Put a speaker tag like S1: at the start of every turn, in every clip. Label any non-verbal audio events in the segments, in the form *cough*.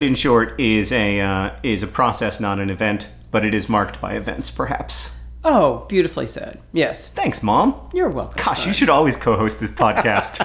S1: in short, is a uh, is a process, not an event, but it is marked by events, perhaps.
S2: Oh, beautifully said. Yes.
S1: Thanks, Mom.
S2: You're welcome.
S1: Gosh, you should always co-host this podcast.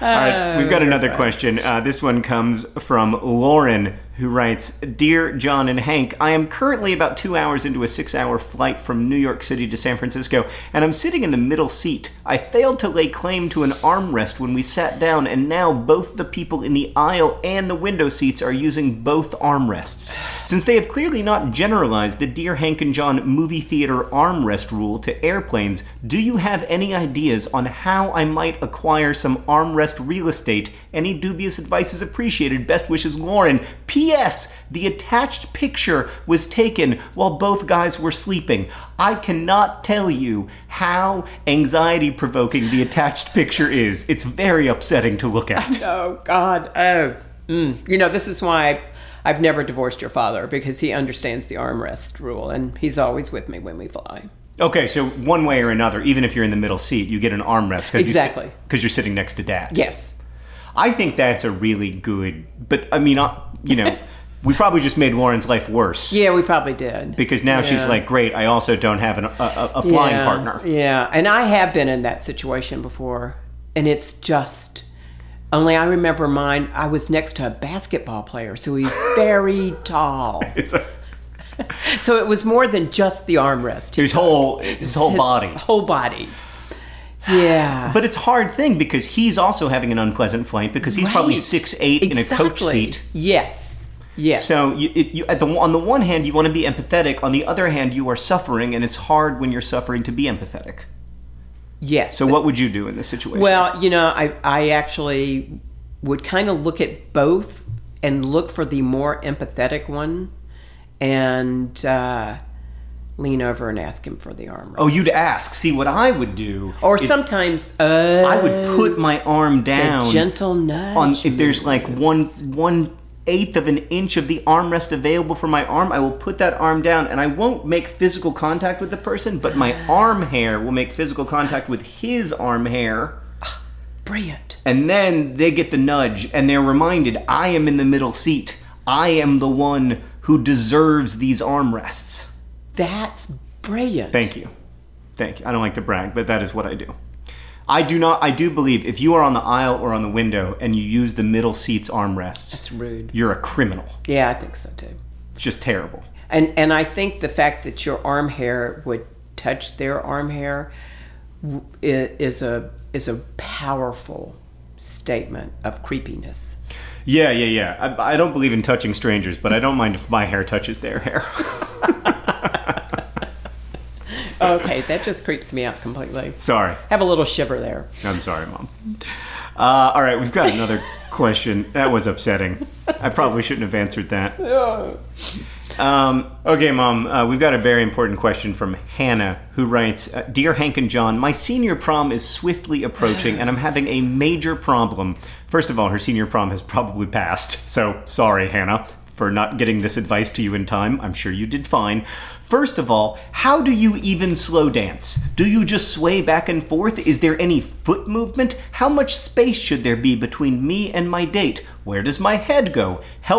S1: All right, we've got another question. Uh, this one comes from Lauren, who writes Dear John and Hank, I am currently about two hours into a six hour flight from New York City to San Francisco, and I'm sitting in the middle seat. I failed to lay claim to an armrest when we sat down, and now both the people in the aisle and the window seats are using both armrests. Since they have clearly not generalized the Dear Hank and John movie theater armrest rule to airplanes, do you have any ideas on how I might acquire some armrest real estate? Any dubious advice is appreciated. Best wishes, Lauren. P.S. The attached picture was taken while both guys were sleeping. I cannot tell you how anxiety provoking the attached picture is. It's very upsetting to look
S2: *laughs*
S1: at.
S2: Oh, God. Oh. Mm. You know, this is why I've never divorced your father because he understands the armrest rule and he's always with me when we fly.
S1: Okay, so one way or another, even if you're in the middle seat, you get an armrest because
S2: Exactly.
S1: you, are sitting next to dad.
S2: Yes.
S1: I think that's a really good, but I mean, uh, you
S2: *laughs*
S1: know, we probably just made Lauren's life worse.
S2: Yeah, we probably did.
S1: Because now she's
S2: Yeah.
S1: like, great, I also don't have an, a, a, a flying
S2: yeah,
S1: partner.
S2: Yeah, and I have been in that situation before, and it's just. Only I remember mine. I was next to a basketball player,
S1: *laughs*
S2: so he's very tall.
S1: It's a,
S2: So it was more than just the armrest.
S1: his whole, his whole
S2: His
S1: body.
S2: Whole body. Yeah.
S1: But it's a hard thing because he's also having an unpleasant flight because he's probably
S2: Right.
S1: six eight in a coach
S2: Exactly.
S1: seat.
S2: Yes. Yes.
S1: So you, it, you, at the, on the one hand, you want to be empathetic. On the other hand, you are suffering, and it's hard when you're suffering to be empathetic.
S2: yes.
S1: So what would you do in this situation?
S2: Well, you know, I, I actually would kind of look at both and look for the more empathetic one and uh, lean over and ask him for the armrest.
S1: oh, you'd ask. See, what I would do,
S2: or
S1: is
S2: sometimes uh,
S1: I would put my arm down,
S2: a gentle nudge.
S1: on if there's like one one eighth of an inch of the armrest available for my arm, I will put that arm down and I won't make physical contact with the person, but my arm hair will make physical contact with his arm hair.
S2: brilliant.
S1: And then they get the nudge and they're reminded I am in the middle seat. I am the one who deserves these armrests.
S2: That's brilliant.
S1: Thank you. Thank you. I don't like to brag, but that is what I do. I do not I do believe if you are on the aisle or on the window and you use the middle seat's armrests,
S2: That's rude.
S1: you're a criminal.
S2: Yeah, I think so too.
S1: It's just terrible.
S2: And and I think the fact that your arm hair would touch their arm hair w- i- is a is a powerful statement of creepiness.
S1: Yeah, yeah, yeah. I, I don't believe in touching strangers, but I don't mind if my hair touches their hair. *laughs*
S2: Okay, that just creeps me out completely.
S1: sorry.
S2: Have a little shiver there.
S1: I'm sorry, Mom. Uh, all right, we've got another *laughs* question. That was upsetting. I probably shouldn't have answered that. Um, okay, Mom, uh, we've got a very important question from Hannah, who writes uh, Dear Hank and John, my senior prom is swiftly approaching, and I'm having a major problem. First of all, her senior prom has probably passed, so sorry, Hannah, for not getting this advice to you in time. I'm sure you did fine. First of all, how do you even slow dance? Do you just sway back and forth? Is there any foot movement? How much space should there be between me and my date? Where does my head go? Help